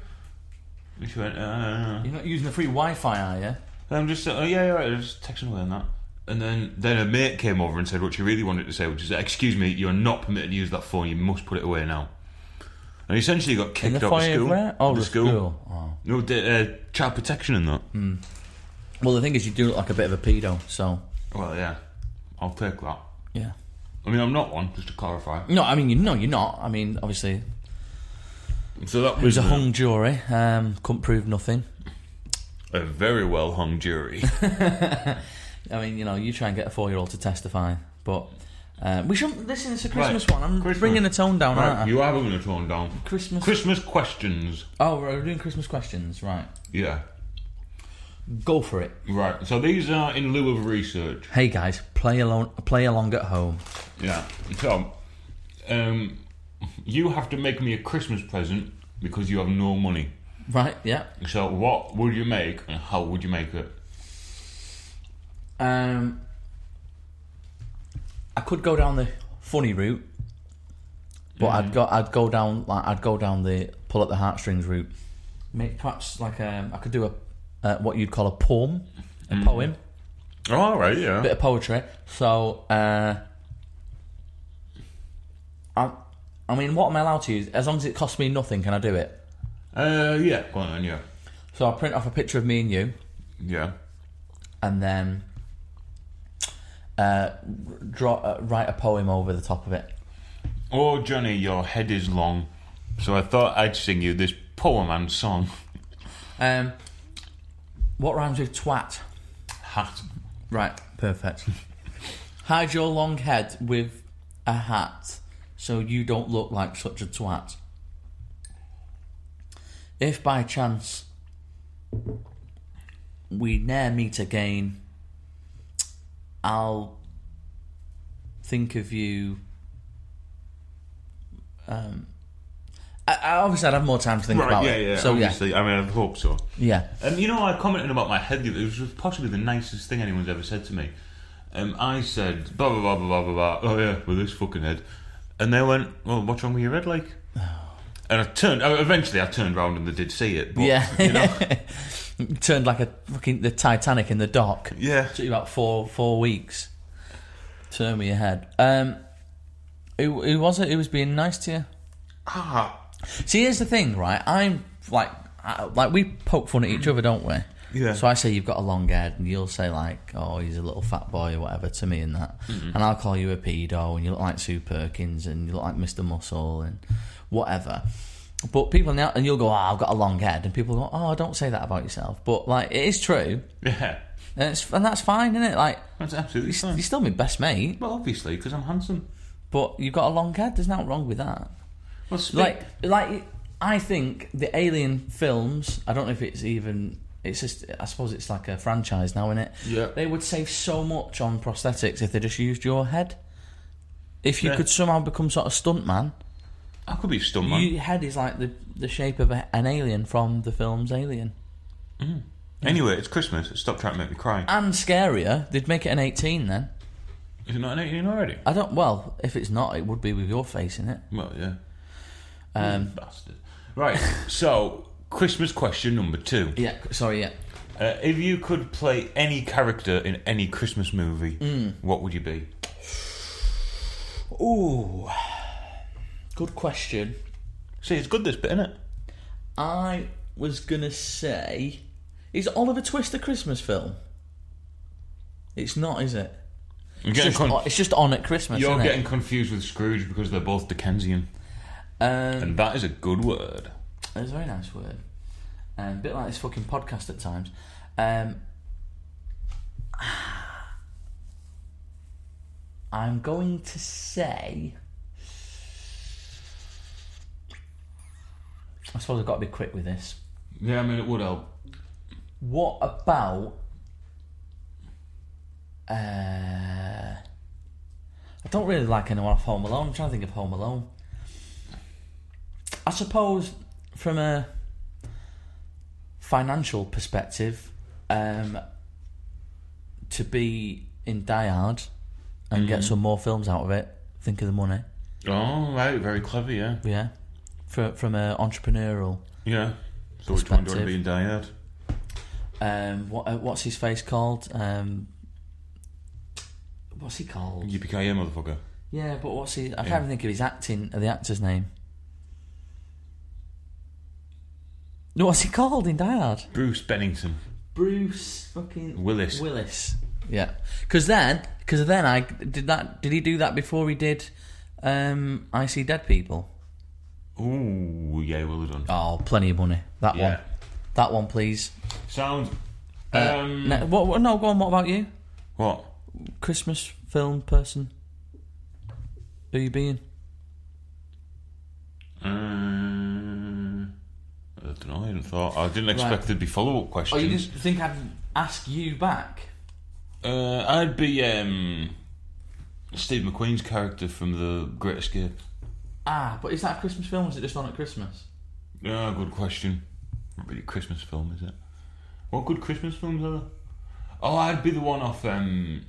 Speaker 1: And she went, uh,
Speaker 2: You're not using the free Wi-Fi, are you?
Speaker 1: "I'm just, oh yeah, you're right, I was just texting away on that." And then, then a mate came over and said what she really wanted to say, which is, "Excuse me, you're not permitted to use that phone. You must put it away now." And he essentially got
Speaker 2: In
Speaker 1: kicked
Speaker 2: the
Speaker 1: out of
Speaker 2: foyer of
Speaker 1: school.
Speaker 2: where? Oh,
Speaker 1: the
Speaker 2: the school. Hmm. Oh.
Speaker 1: No, the, uh, child protection and that.
Speaker 2: Well, the thing is, you do look like a bit of a pedo, so
Speaker 1: Well, yeah, I'll take that.
Speaker 2: yeah.
Speaker 1: I mean, I'm not one, just to clarify.
Speaker 2: No, I mean, you, no, you're not. I mean, obviously,
Speaker 1: So that
Speaker 2: it was
Speaker 1: was
Speaker 2: a hung jury. Um, couldn't prove nothing.
Speaker 1: a very well hung [LAUGHS] jury.
Speaker 2: I mean, you know, you try and get a four-year-old to testify, but uh, we shouldn't. Listen, it's a Christmas
Speaker 1: Right.
Speaker 2: one. I'm
Speaker 1: Christmas.
Speaker 2: bringing the tone down, aren't I?
Speaker 1: right, you are going to tone down.
Speaker 2: Christmas.
Speaker 1: Christmas questions.
Speaker 2: oh, we're doing Christmas questions, right?
Speaker 1: Yeah.
Speaker 2: Go for it.
Speaker 1: Right. So these are in lieu of research.
Speaker 2: Hey guys, play along. Play along at home.
Speaker 1: Yeah. So, um, you have to make me a Christmas present because you have no money.
Speaker 2: Right? Yeah.
Speaker 1: So what would you make and how would you make it?
Speaker 2: Um, I could go down the funny route, but I'd go. I'd go down. Like, I'd go down the pull at the heartstrings route. Make perhaps like um, I could do a uh, what you'd call a poem, a poem,
Speaker 1: Oh, all right. Yeah.
Speaker 2: bit of poetry. So, uh, I, I mean, what am I allowed to use? As long as it costs me nothing, can I do it?
Speaker 1: Uh, yeah. Go on. Then, yeah.
Speaker 2: So I'll print off a picture of me and you,
Speaker 1: Yeah.
Speaker 2: and then uh, draw uh, write a poem over the top of it.
Speaker 1: Oh, Johnny, your head is long, so I thought I'd sing you this poem and song. [LAUGHS]
Speaker 2: Um, what rhymes with twat?
Speaker 1: Hat.
Speaker 2: Right, perfect. [LAUGHS] Hide your long head with a hat so you don't look like such a twat. If by chance we ne'er meet again, I'll think of you. Um, I, I obviously I'd have more time to think
Speaker 1: Right,
Speaker 2: about
Speaker 1: yeah,
Speaker 2: it.
Speaker 1: yeah.
Speaker 2: so yeah,
Speaker 1: obviously, I mean, I hope so.
Speaker 2: yeah.
Speaker 1: Um, you know, I commented about my head. the other- It was possibly the nicest thing anyone's ever said to me. Um, I said, blah, blah, blah, blah, blah, blah, blah. Oh, yeah, with this fucking head. And they went, well, what's wrong with your head, like? And I turned, uh, eventually I turned round and they did see it. But,
Speaker 2: Yeah.
Speaker 1: You know,
Speaker 2: [LAUGHS] Turned like a fucking the Titanic in the dock.
Speaker 1: yeah.
Speaker 2: Took you about four four weeks. Turn me ahead. Um, who, who was it? Who was being nice to you?
Speaker 1: Ah,
Speaker 2: See, here's the thing, right? I'm like, I, like we poke fun at each other, don't we?
Speaker 1: Yeah.
Speaker 2: So I say you've got a long head, and you'll say like, "Oh, he's a little fat boy" or whatever to me, and that,
Speaker 1: Mm-hmm.
Speaker 2: and I'll call you a pedo, and you look like Sue Perkins, and you look like Mr. Muscle, and whatever. But people now, and you'll go, "Ah, I've got a long head," and people go, "Oh, don't say that about yourself." But like, it is true,
Speaker 1: yeah.
Speaker 2: and it's and that's fine, isn't it? Like,
Speaker 1: That's absolutely
Speaker 2: you're, st-
Speaker 1: fine.
Speaker 2: you're still my best mate,
Speaker 1: Well, obviously, because I'm handsome.
Speaker 2: but you've got a long head. There's nothing wrong with that.
Speaker 1: Well, speak-
Speaker 2: like like I think the Alien films. I don't know if it's even. It's just. I suppose it's like a franchise now, isn't it?
Speaker 1: Yeah.
Speaker 2: They would save so much on prosthetics if they just used your head. If you
Speaker 1: Yeah.
Speaker 2: could somehow become sort of stunt man,
Speaker 1: I could be a stunt man.
Speaker 2: your head is like the the shape of a, an alien from the films Alien.
Speaker 1: Anyway, it's Christmas. Stop trying to make me cry.
Speaker 2: And scarier, they'd make it an eighteen then.
Speaker 1: Is it not an 18 already?
Speaker 2: I don't. Well, if it's not, it would be with your face in it.
Speaker 1: Well, yeah. Um, Bastard.
Speaker 2: [LAUGHS]
Speaker 1: Right, so Christmas question number two.
Speaker 2: Yeah. Sorry. Yeah.
Speaker 1: Uh, if you could play any character in any Christmas movie,
Speaker 2: Hmm.
Speaker 1: what would you be?
Speaker 2: Ooh. Good question.
Speaker 1: See, it's good this bit, isn't it?
Speaker 2: I was gonna say, is Oliver Twist a Christmas film? It's not, is it?
Speaker 1: You're,
Speaker 2: It's
Speaker 1: getting,
Speaker 2: just,
Speaker 1: con-
Speaker 2: on, it's just on at Christmas.
Speaker 1: you're
Speaker 2: isn't
Speaker 1: getting confused with Scrooge because they're both Dickensian.
Speaker 2: it? Um,
Speaker 1: And that is a good word.
Speaker 2: It's a very nice word. Um, a bit like this fucking podcast at times. Um, [SIGHS] I'm going to say. I suppose I've got to be quick with this.
Speaker 1: Yeah, I mean, it would help.
Speaker 2: What about. Uh, I don't really like anyone off Home Alone. I'm trying to think of Home Alone. I suppose from a financial perspective, um, to be in Die Hard and get some more films out of it, think of the money.
Speaker 1: Oh, right, very clever, yeah.
Speaker 2: Yeah. Fro- from an entrepreneurial
Speaker 1: Yeah. So which one do you want to
Speaker 2: Perspective.
Speaker 1: be in Die Hard?
Speaker 2: um, what uh, what's his face called? Um, what's he called?
Speaker 1: Yippee-ki-yay, motherfucker.
Speaker 2: Yeah, but what's he? I can't
Speaker 1: Yeah.
Speaker 2: even think of his acting the actor's name. No, what's he called in Die Hard?
Speaker 1: Bruce Bennington.
Speaker 2: Bruce fucking
Speaker 1: Willis.
Speaker 2: Willis. Yeah, because then, because then I did that. Did he do that before he did? Um, I see dead people.
Speaker 1: Ooh, yeah, well done.
Speaker 2: Oh, plenty of money. That one.
Speaker 1: Yeah.
Speaker 2: That one, please.
Speaker 1: Sounds.
Speaker 2: Uh,
Speaker 1: um,
Speaker 2: no, what, what- no, go on. What about you?
Speaker 1: What?
Speaker 2: Christmas film person. Who you being?
Speaker 1: Um, I don't know. I didn't thought. I didn't expect
Speaker 2: Right.
Speaker 1: there'd be follow-up
Speaker 2: Oh,
Speaker 1: questions.
Speaker 2: you didn't think I'd ask you back?
Speaker 1: Uh, I'd be um, Steve McQueen's character from The Great Escape.
Speaker 2: Ah, but is that a Christmas film or is it just on at Christmas?
Speaker 1: Ah, good question. Not really a Christmas film, is it? What good Christmas films are there? Oh, I'd be the one off. Um,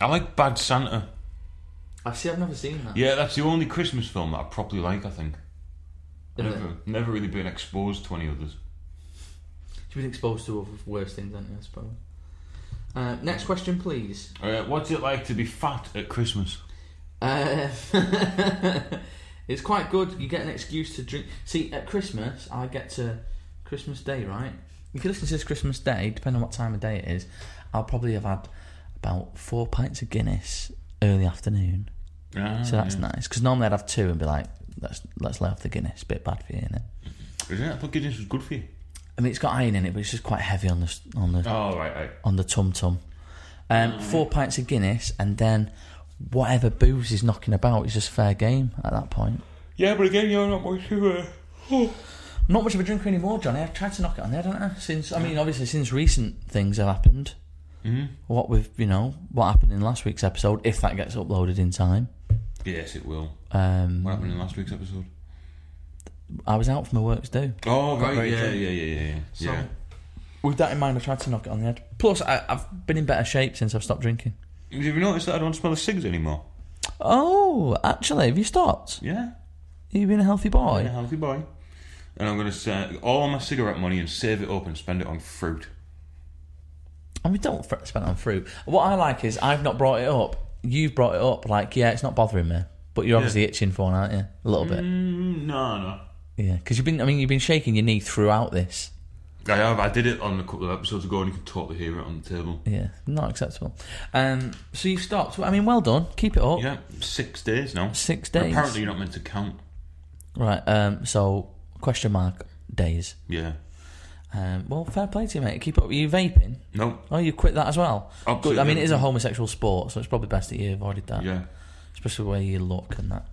Speaker 1: I like Bad Santa.
Speaker 2: I see, I've never seen that.
Speaker 1: Yeah, that's the only Christmas film that I properly like. I think.
Speaker 2: Is it?
Speaker 1: Never, never really been exposed to any others.
Speaker 2: You've been exposed to other worse things, haven't you, I suppose? Uh, next question, please.
Speaker 1: Uh, what's it like to be fat at Christmas?
Speaker 2: Uh, [LAUGHS] it's quite good. You get an excuse to drink. See, at Christmas, I get to Christmas Day, right? If you listen to this Christmas Day, depending on what time of day it is, I'll probably have had about four pints of Guinness early afternoon.
Speaker 1: Ah,
Speaker 2: So that's nice. 'Cause nice because normally I'd have two and be like, let's let's lay off the Guinness. Bit bad for you, innit?
Speaker 1: Isn't it? I thought Guinness was good for you.
Speaker 2: I mean, it's got iron in it, but it's just quite heavy on the s- on the
Speaker 1: Oh, right, right.
Speaker 2: on the tum tum. Um, Four pints of Guinness, and then whatever booze is knocking about is just fair game at that point.
Speaker 1: Yeah, but again, you're not much of [GASPS] a. Mm-hmm.
Speaker 2: I'm not much of a drinker anymore, Johnny. I've tried to knock it on there, don't I? Since I mean, obviously, since recent things have happened.
Speaker 1: Mhm.
Speaker 2: What with you know what happened in last week's episode, if that gets uploaded in time.
Speaker 1: Yes, it will.
Speaker 2: Um,
Speaker 1: What happened in last week's episode?
Speaker 2: I was out for my work's due.
Speaker 1: Oh,
Speaker 2: Got
Speaker 1: right,
Speaker 2: very
Speaker 1: yeah, yeah,
Speaker 2: drunk.
Speaker 1: yeah, yeah, yeah.
Speaker 2: So-
Speaker 1: yeah.
Speaker 2: With that in mind, I tried to knock it on the head. Plus, I, I've been in better shape since I've stopped drinking.
Speaker 1: Have you noticed that I don't smell the cigs anymore?
Speaker 2: Oh, actually, have you stopped?
Speaker 1: Yeah.
Speaker 2: You've been a healthy
Speaker 1: I'm a
Speaker 2: boy.
Speaker 1: healthy boy. And I'm going to set all my cigarette money and save it up and spend it on fruit.
Speaker 2: And we don't fr- spend it on fruit. What I like is I've not brought it up. You've brought it up. Like, yeah, it's not bothering me, but you're obviously itching for one, aren't you? A little bit.
Speaker 1: Mm, no, no.
Speaker 2: Yeah, because you've been. I mean, you've been shaking your knee throughout this.
Speaker 1: I have. I did it on a couple of episodes ago and you can totally hear it on the table.
Speaker 2: Yeah, not acceptable. Um, so you've stopped. Well, I mean, well done. Keep it up.
Speaker 1: Yeah, six days now.
Speaker 2: Six days.
Speaker 1: Apparently, you're not meant to count.
Speaker 2: Right. Um, so question mark days.
Speaker 1: Yeah.
Speaker 2: Um, well, fair play to you, mate. Keep up. Are you vaping?
Speaker 1: Nope.
Speaker 2: Oh, you quit that as well.
Speaker 1: Absolutely.
Speaker 2: Good. I mean, it is a homosexual sport, so it's probably best that you avoided that,
Speaker 1: Yeah.
Speaker 2: especially the way you look and that.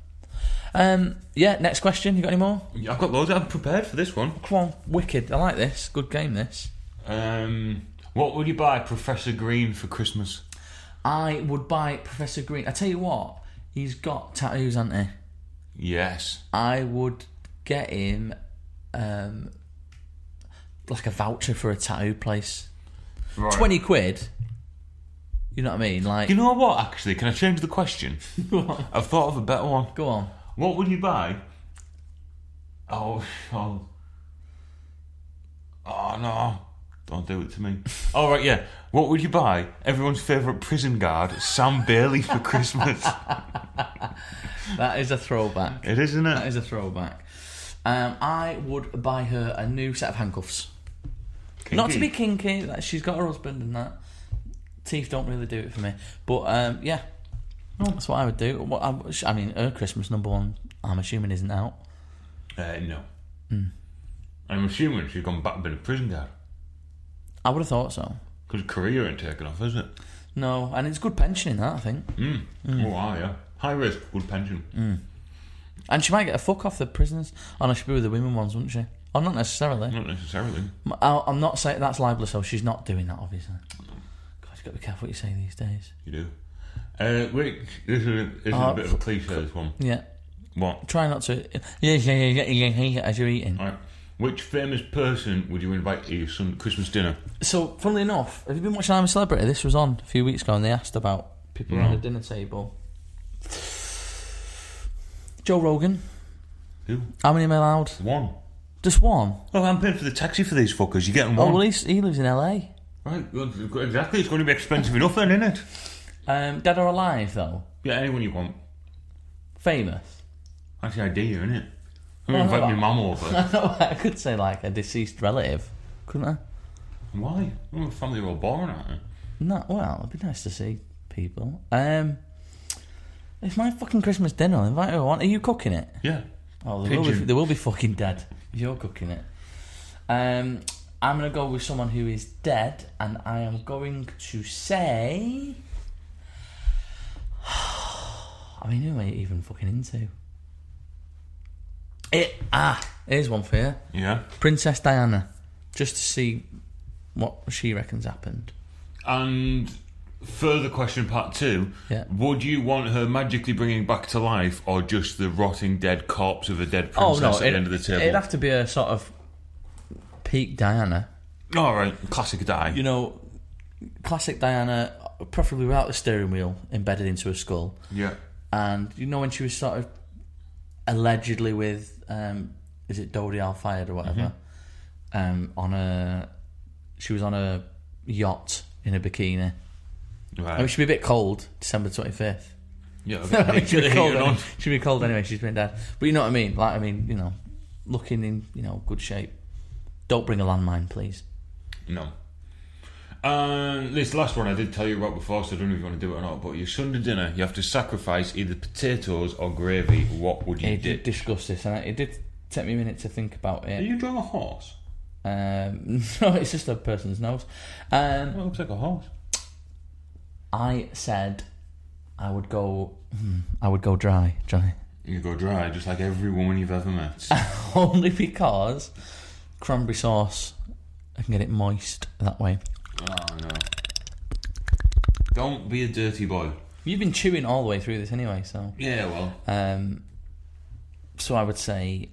Speaker 2: Um, yeah. Next question. You got any more?
Speaker 1: Yeah, I've got loads. I'm prepared for this one.
Speaker 2: Come on, wicked. I like this. Good game. This.
Speaker 1: Um, what would you buy Professor Green for Christmas?
Speaker 2: I would buy Professor Green. I tell you what, he's got tattoos, hasn't he?
Speaker 1: Yes.
Speaker 2: I would get him um, like a voucher for a tattoo place.
Speaker 1: Right.
Speaker 2: 20 quid. You know what I mean? Like,
Speaker 1: You know what, actually? Can I change the
Speaker 2: [LAUGHS]
Speaker 1: question? I've thought of a better one.
Speaker 2: go on.
Speaker 1: What would you buy? Oh, oh. Oh, no. Don't do it to
Speaker 2: [LAUGHS]
Speaker 1: me. All right, yeah. What would you buy everyone's favourite prison guard, Sam Bailey, for
Speaker 2: [LAUGHS]
Speaker 1: Christmas?
Speaker 2: That is a throwback.
Speaker 1: it is, isn't
Speaker 2: That
Speaker 1: it?
Speaker 2: is a throwback. Um, I would buy her a new set of handcuffs. Uh, Not to be
Speaker 1: Kinky.
Speaker 2: kinky, like she's got her husband and that. Teeth don't really do it for me, but um, yeah, that's what I would do. What I, I mean, her Christmas number one, I'm assuming, isn't out.
Speaker 1: Uh, no.
Speaker 2: Hmm.
Speaker 1: I'm assuming she's gone back a bit of prison guard.
Speaker 2: I would have thought so.
Speaker 1: Because Korea ain't taken off, is it?
Speaker 2: No, and it's good pension in that, I think.
Speaker 1: Oh, wow, yeah. High risk, good pension.
Speaker 2: And she might get a fuck off the prisoners. Oh no, she'd be with the women ones, wouldn't she? Oh, not necessarily.
Speaker 1: Not necessarily.
Speaker 2: M- I- I'm not saying that's libelous, though. She's not doing that, obviously. God, you've got to be careful what you say these days.
Speaker 1: You do. Uh, wait, this is, a, this is
Speaker 2: Uh,
Speaker 1: a bit of a cliche, this one.
Speaker 2: Yeah,
Speaker 1: What?
Speaker 2: try not to. Yeah, yeah, yeah, yeah, yeah, yeah, as you're eating.
Speaker 1: Right. Which famous person would you invite to your son Christmas dinner?
Speaker 2: So, funnily enough, have you been watching I'm a Celebrity? This was on a few weeks ago, and they asked about people around
Speaker 1: No.
Speaker 2: the dinner table. Joe Rogan,
Speaker 1: Who?
Speaker 2: how many am I allowed?
Speaker 1: One.
Speaker 2: Just one.
Speaker 1: Oh, I'm paying for the taxi for these fuckers. You get them
Speaker 2: Oh,
Speaker 1: one.
Speaker 2: well, he's, he lives in LA.
Speaker 1: Right, well, exactly. It's going to be [LAUGHS] expensive enough then, isn't it?
Speaker 2: Um, dead or alive, though.
Speaker 1: Yeah, anyone you want.
Speaker 2: Famous.
Speaker 1: That's the idea, isn't it? I'm going to invite my mum over.
Speaker 2: [LAUGHS] I could say like a deceased relative, couldn't I?
Speaker 1: Why? My family are all boring, aren't they?
Speaker 2: No, well, it'd be nice to see people. Um, it's my fucking Christmas dinner. I'll invite everyone. Are you cooking it?
Speaker 1: Yeah.
Speaker 2: Oh, they will, be,
Speaker 1: Pigeon.
Speaker 2: they will be fucking dead. if You're cooking it. Um, I'm gonna go with someone who is dead, and I am going to say. [SIGHS] I mean, who am I even fucking into? It ah, here's one for you.
Speaker 1: Yeah.
Speaker 2: Princess Diana, just to see what she reckons happened.
Speaker 1: And further question part two
Speaker 2: Yeah.
Speaker 1: Would you want her magically bringing back to life or just the rotting dead corpse of a dead
Speaker 2: Oh
Speaker 1: princess
Speaker 2: no!
Speaker 1: at the
Speaker 2: it-
Speaker 1: end of the
Speaker 2: It'd
Speaker 1: table?
Speaker 2: have to be a sort of peak Diana.
Speaker 1: All right, classic die.
Speaker 2: You know, classic Diana, preferably without the steering wheel embedded into her skull.
Speaker 1: yeah.
Speaker 2: And you know when she was sort of allegedly with, um, is it Dodi Al Fayed or whatever? Um, on a, she was on a yacht in a bikini. I
Speaker 1: Right.
Speaker 2: mean, she'd be a bit cold, December twenty fifth. [LAUGHS]
Speaker 1: yeah,
Speaker 2: I mean,
Speaker 1: okay.
Speaker 2: she'd, be
Speaker 1: Heat
Speaker 2: cold
Speaker 1: it on.
Speaker 2: anyway. she'd be cold anyway. She's been dead, but you know what I mean. Like I mean, you know, looking in you know good shape. Don't bring a landmine, please.
Speaker 1: No. And this last one I did tell you about before, so I don't know if you want to do it or not. But your Sunday dinner, you have to sacrifice either potatoes or gravy. What would you
Speaker 2: It
Speaker 1: do?
Speaker 2: did discuss this, and it did take me a minute to think about
Speaker 1: Are
Speaker 2: it.
Speaker 1: you drawing a horse?
Speaker 2: Um, [LAUGHS] no, it's just a person's nose. Um,
Speaker 1: Well, it looks like a horse.
Speaker 2: I said I would go. hmm, I would go dry, [LAUGHS] Johnny,
Speaker 1: You go dry, just like every woman you've ever met.
Speaker 2: only because cranberry sauce. I can get it moist that way.
Speaker 1: oh no! Don't be a dirty boy.
Speaker 2: You've been chewing all the way through this anyway, so.
Speaker 1: Yeah, well,
Speaker 2: Um, so I would say,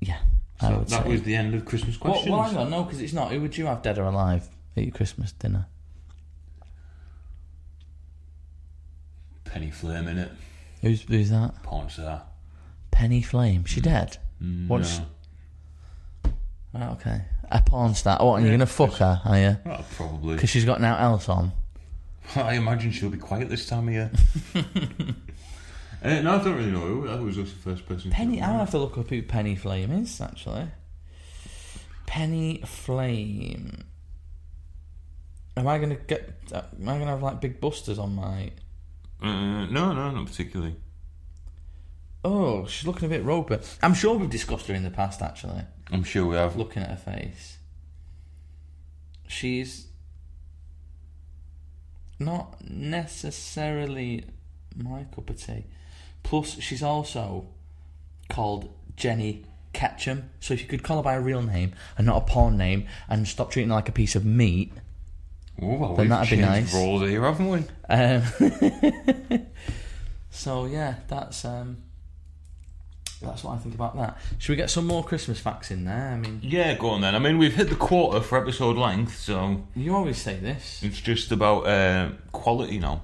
Speaker 2: yeah, I
Speaker 1: so
Speaker 2: would
Speaker 1: that
Speaker 2: say.
Speaker 1: was the end of Christmas
Speaker 2: well,
Speaker 1: questions.
Speaker 2: well, hang on, no, because it's not. Who would you have dead or alive at your Christmas dinner?
Speaker 1: Penny Flame in it,
Speaker 2: Who's who's that?
Speaker 1: porn star.
Speaker 2: Penny Flame.
Speaker 1: Mm.
Speaker 2: She dead. What's
Speaker 1: No.
Speaker 2: Right, okay? A porn star. Oh, and you're gonna fuck her, are you?
Speaker 1: Well, probably.
Speaker 2: Because she's got now else on.
Speaker 1: I imagine she'll be quiet this time of [LAUGHS] year. uh, no, I don't really know. who. That was just the first person.
Speaker 2: Penny. I'll have to look up who Penny Flame is actually. Penny Flame. Am I gonna get? uh, Am I gonna have like big busters on my?
Speaker 1: Uh, no, no, not particularly.
Speaker 2: Oh, she's looking a bit ropey. I'm sure we've discussed her in the past, actually.
Speaker 1: I'm sure we have.
Speaker 2: Looking at her face, she's not necessarily my cup of tea. Plus, she's also called Jenny Ketchum. So if you could call her by a real name and not a porn name, and stop treating her like a piece of meat,
Speaker 1: Oh, well,
Speaker 2: Then
Speaker 1: we've
Speaker 2: that'd be
Speaker 1: changed
Speaker 2: nice.
Speaker 1: roles here, haven't we?
Speaker 2: Um, [LAUGHS] so yeah, that's um, that's what I think about that. Should we get some more Christmas facts in there? I mean,
Speaker 1: Yeah, go on then. I mean, we've hit the quarter for episode length, so
Speaker 2: you always say this.
Speaker 1: it's just about uh, quality now.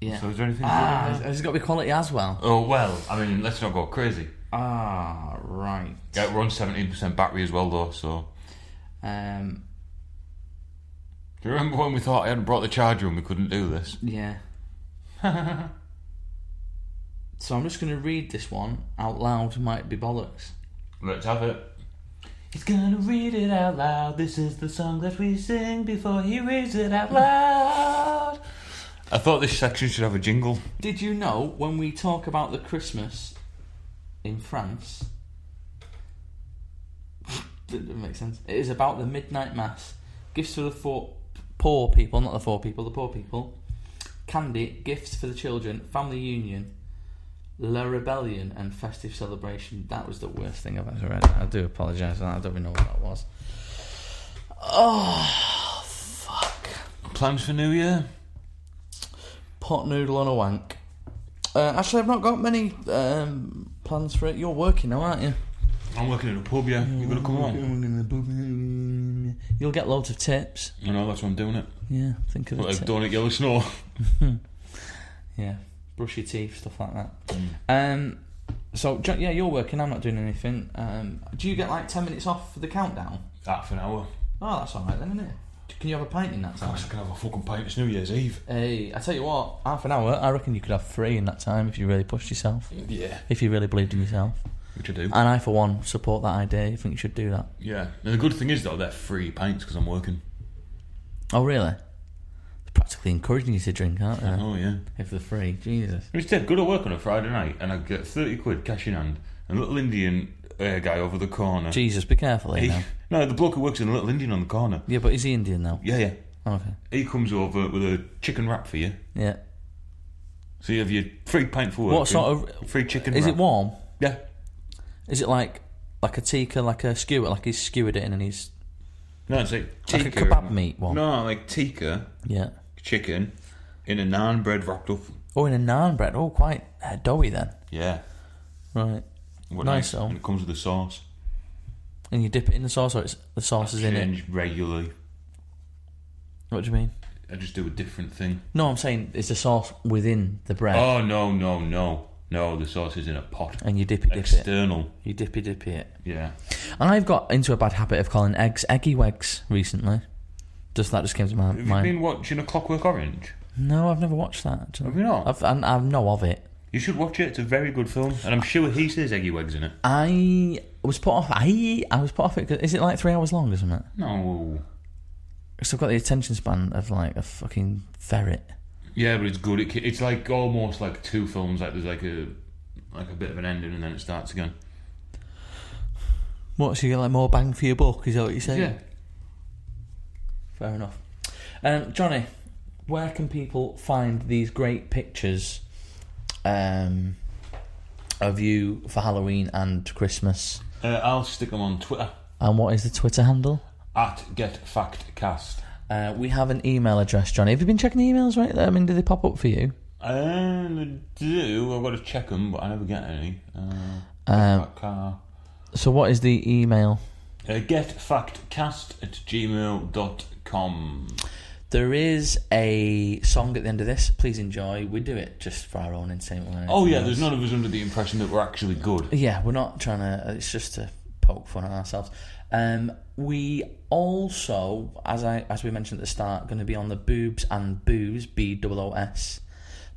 Speaker 2: Yeah.
Speaker 1: So is there anything?
Speaker 2: Ah, there's- there's got to be quality as well.
Speaker 1: Oh well, I mean, let's not go crazy.
Speaker 2: Ah, right.
Speaker 1: Yeah, we're on seventeen percent battery as well, though. So
Speaker 2: Um,
Speaker 1: do you remember when we thought
Speaker 2: [LAUGHS]
Speaker 1: I hadn't brought the charger and we couldn't do this?
Speaker 2: yeah. So I'm just going to read this one out loud. Might be bollocks.
Speaker 1: Let's have it. He's gonna read it out loud. This is the song that we sing before he reads it out loud. I thought this section should have a jingle.
Speaker 2: Did you know when we talk about the Christmas in France? [LAUGHS] Didn't make sense. It is about the midnight mass, gifts for the four, poor people, not the poor people, the poor people, candy, gifts for the children, family union, La Rebellion, and festive celebration. That was the worst thing I've ever read. I do apologise for that. I don't even know what that was. Oh, fuck.
Speaker 1: Plans for New Year?
Speaker 2: Pot noodle on a wank. Uh, actually, I've not got many um, plans for it. You're working now, aren't you?
Speaker 1: I'm working in a pub, yeah. You're gonna come along.
Speaker 2: You'll get loads of tips.
Speaker 1: I know that's why I'm doing it.
Speaker 2: Yeah, think of
Speaker 1: But
Speaker 2: it.
Speaker 1: I've done it yellow snow.
Speaker 2: Yeah, brush your teeth, stuff like that. Um, so Jo- yeah, you're working. I'm not doing anything. Um, do you get like ten minutes off for the countdown?
Speaker 1: Half an hour.
Speaker 2: Oh, that's all right then, isn't it? Can you have a pint in that time?
Speaker 1: I can have a fucking pint. It's New Year's Eve.
Speaker 2: Hey, I tell you what, half an hour. I reckon you could have three in that time if you really pushed yourself,
Speaker 1: Yeah.
Speaker 2: if you really believed in yourself.
Speaker 1: Which I do.
Speaker 2: And I, for one, support that idea. You think you should do that?
Speaker 1: Yeah. And the good thing is, though, they're free pints because I'm working.
Speaker 2: Oh, really? They're practically encouraging you to drink, aren't they?
Speaker 1: Oh, yeah.
Speaker 2: If they're free, Jesus.
Speaker 1: It's dead good at work on a Friday night, and I get 30 quid cash in hand, and a little Indian uh, guy over the corner.
Speaker 2: Jesus, be careful here
Speaker 1: He-
Speaker 2: now.
Speaker 1: [LAUGHS] no, the bloke who works in the little Indian on the corner.
Speaker 2: Yeah, but is he Indian now? Oh,
Speaker 1: Yeah, yeah.
Speaker 2: Okay.
Speaker 1: He comes over with a chicken wrap for you.
Speaker 2: Yeah.
Speaker 1: So you have your free pint for work.
Speaker 2: What sort of-
Speaker 1: free chicken?
Speaker 2: Is
Speaker 1: wrap.
Speaker 2: it warm?
Speaker 1: Yeah.
Speaker 2: Is it like like a tikka, like a skewer, like he's skewered it in and he's
Speaker 1: No, it's like tikka.
Speaker 2: like a kebab meat one?
Speaker 1: No, like tikka
Speaker 2: Yeah.
Speaker 1: chicken in a naan bread wrapped up.
Speaker 2: Oh, in a naan bread. Oh, quite uh, doughy then.
Speaker 1: Yeah.
Speaker 2: Right.
Speaker 1: What
Speaker 2: Nice, though.
Speaker 1: And it comes with the sauce.
Speaker 2: And you dip it in the sauce, or it's the sauce is in it.
Speaker 1: Change regularly.
Speaker 2: What do you mean?
Speaker 1: I just do a different thing.
Speaker 2: No, I'm saying it's the sauce within the bread,
Speaker 1: Oh no no no no! The sauce is in a pot.
Speaker 2: and you dippy dip it.
Speaker 1: External.
Speaker 2: You dippy dippy it.
Speaker 1: Yeah.
Speaker 2: And I've got into a bad habit of calling eggs eggy wegs recently. Just that just came to my
Speaker 1: Have you
Speaker 2: mind.
Speaker 1: been watching A Clockwork Orange?
Speaker 2: No, I've never watched that. Actually.
Speaker 1: Have you not?
Speaker 2: I've, I, I know of it.
Speaker 1: You should watch it. It's a very good film, and I'm sure he says eggy wags in it.
Speaker 2: I was put off. I I was put off it. 'cause- Is it like three hours long or something?
Speaker 1: No.
Speaker 2: Because I've got the attention span of like a fucking ferret.
Speaker 1: Yeah, but it's good. It, it's like almost like two films. Like there's like a like a bit of an ending, and then it starts again.
Speaker 2: What? So you get like more bang for your buck? Is that what you're saying?
Speaker 1: Yeah.
Speaker 2: Fair enough. Um, Johnny, where can people find these great pictures um, of you for Halloween and Christmas?
Speaker 1: Uh, I'll stick them on Twitter
Speaker 2: And what is the Twitter handle?
Speaker 1: at GetFactCast.
Speaker 2: Uh, we have an email address, Johnny. Have you been checking the emails right there? I mean, do they pop up for you?
Speaker 1: And I do. I've got to check them, but I never get any. Uh,
Speaker 2: Um,
Speaker 1: that car.
Speaker 2: so, what is the email?
Speaker 1: Uh, getfactcast at gmail.com.
Speaker 2: There is a song at the end of this. Please enjoy. We do it just for our own entertainment.
Speaker 1: Oh, yeah, there's none of us under the impression that we're actually good.
Speaker 2: Yeah, we're not trying to. uh, It's just to poke fun at ourselves. Um, we also, as I as we mentioned at the start, going to be on the Boobs and Booze B O O S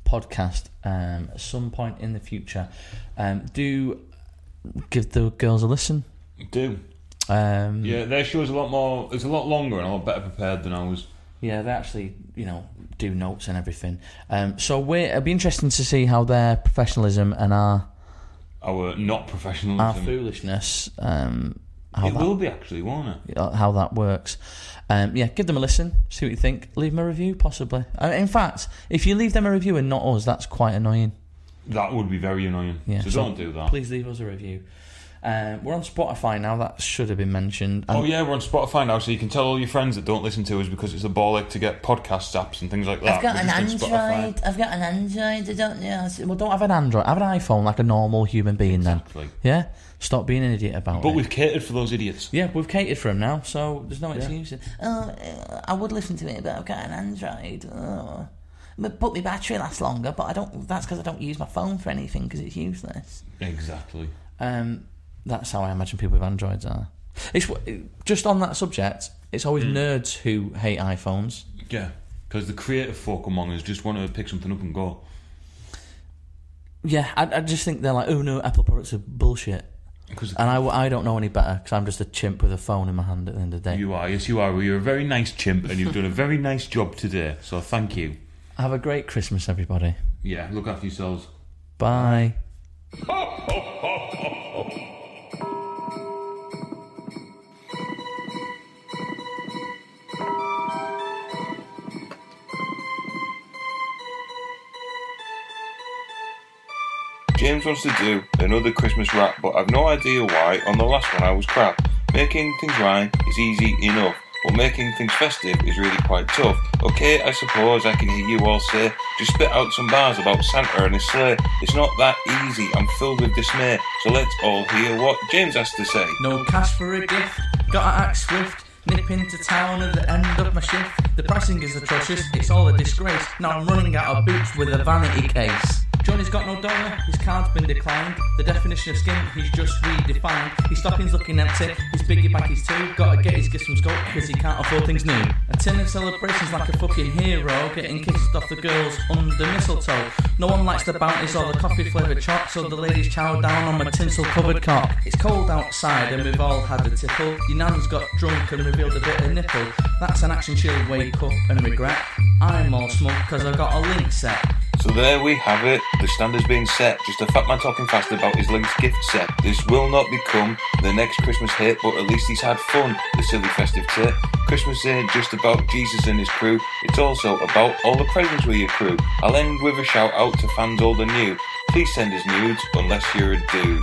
Speaker 2: podcast um, at some point in the future. Um, do give the girls a listen.
Speaker 1: Do.
Speaker 2: Um,
Speaker 1: Yeah, their show's a lot more. It's a lot longer and a lot better prepared than I was.
Speaker 2: Yeah, they actually, you know, do notes and everything. Um, so we're, it'll be interesting to see how their professionalism and our
Speaker 1: Our not
Speaker 2: our
Speaker 1: professionalism.
Speaker 2: foolishness, um, how
Speaker 1: It
Speaker 2: that
Speaker 1: will be actually, won't it?
Speaker 2: uh, how that works. Um, yeah, give them a listen, see what you think. Leave them a review, possibly. Uh, in fact, if you leave them a review and not us, that's quite annoying.
Speaker 1: That would be very annoying.
Speaker 2: Yeah,
Speaker 1: so,
Speaker 2: so
Speaker 1: don't do that.
Speaker 2: Please leave us a review. Um, we're on Spotify now. That should have been mentioned. And
Speaker 1: Oh yeah, we're on Spotify now, so you can tell all your friends that don't listen to us because it's a ball ache to get podcast apps and things like that.
Speaker 2: I've got
Speaker 1: We're
Speaker 2: an
Speaker 1: just on Spotify.
Speaker 2: Android. I've got an Android. I don't know. I said, Well, don't have an Android. Have an iPhone like a normal human being then.
Speaker 1: Exactly.
Speaker 2: Yeah? Stop being an idiot about
Speaker 1: But
Speaker 2: it.
Speaker 1: we've catered for those idiots.
Speaker 2: Yeah, we've catered for him now, so there's no excuse. Oh, uh, I would listen to it, but I've got an Android. Oh. But, but my battery lasts longer, but I don't. That's because I don't use my phone for anything because it's useless.
Speaker 1: Exactly.
Speaker 2: Um, that's how I imagine people with Androids are. It's w- just on that subject. It's always
Speaker 4: Hmm.
Speaker 2: nerds who hate iPhones.
Speaker 1: Yeah, because the creative folk among us just want to pick something up and go.
Speaker 4: yeah, I, I just think they're like, oh no, Apple products are bullshit.
Speaker 1: Because
Speaker 4: And I, I don't know any better because I'm just a chimp with a phone in my hand at the end of the day.
Speaker 1: you are, yes, you are. Well, You're a very nice chimp, and you've done a very nice job today. So thank you.
Speaker 4: Have a great Christmas, everybody.
Speaker 1: Yeah, look after yourselves.
Speaker 4: Bye.
Speaker 1: James wants to do another Christmas rap, but I've no idea why on the last one I was crap. Making things rhyme is easy enough, but making things festive is really quite tough. Okay, I suppose I can hear you all say, just spit out some bars about Santa and his sleigh. It's not that easy, I'm filled with dismay, so let's all hear what James has to say.
Speaker 2: No cash for a gift, gotta act swift. Nip into town at the end of my shift. The pricing is atrocious, it's all a disgrace. Now I'm running out of boots with a vanity case. Johnny's got no dollar, his card's been declined. The definition of skimp he's just redefined. His stocking's looking empty, his biggie bag is too. Gotta get his gifts from Scope, cause he can't afford things new. Attending celebrations like a fucking hero, getting kissed off the girls under mistletoe. No one likes the bounties or the coffee flavoured chalk, so the ladies chow down on my tinsel covered cock. It's cold outside and we've all had a tipple. Your nan's got drunk and revealed a bit of nipple. That's an action chill wake up and regret. I'm all smug cause I've got a link set.
Speaker 1: So there we have it, the standard's been set. Just a fat man talking fast about his Link's gift set. This will not become the next Christmas hit, but at least he's had fun, the silly festive tit. Christmas ain't just about Jesus and his crew, it's also about all the presents we accrue. I'll end with a shout out to fans old and new. Please send us nudes unless you're a dude.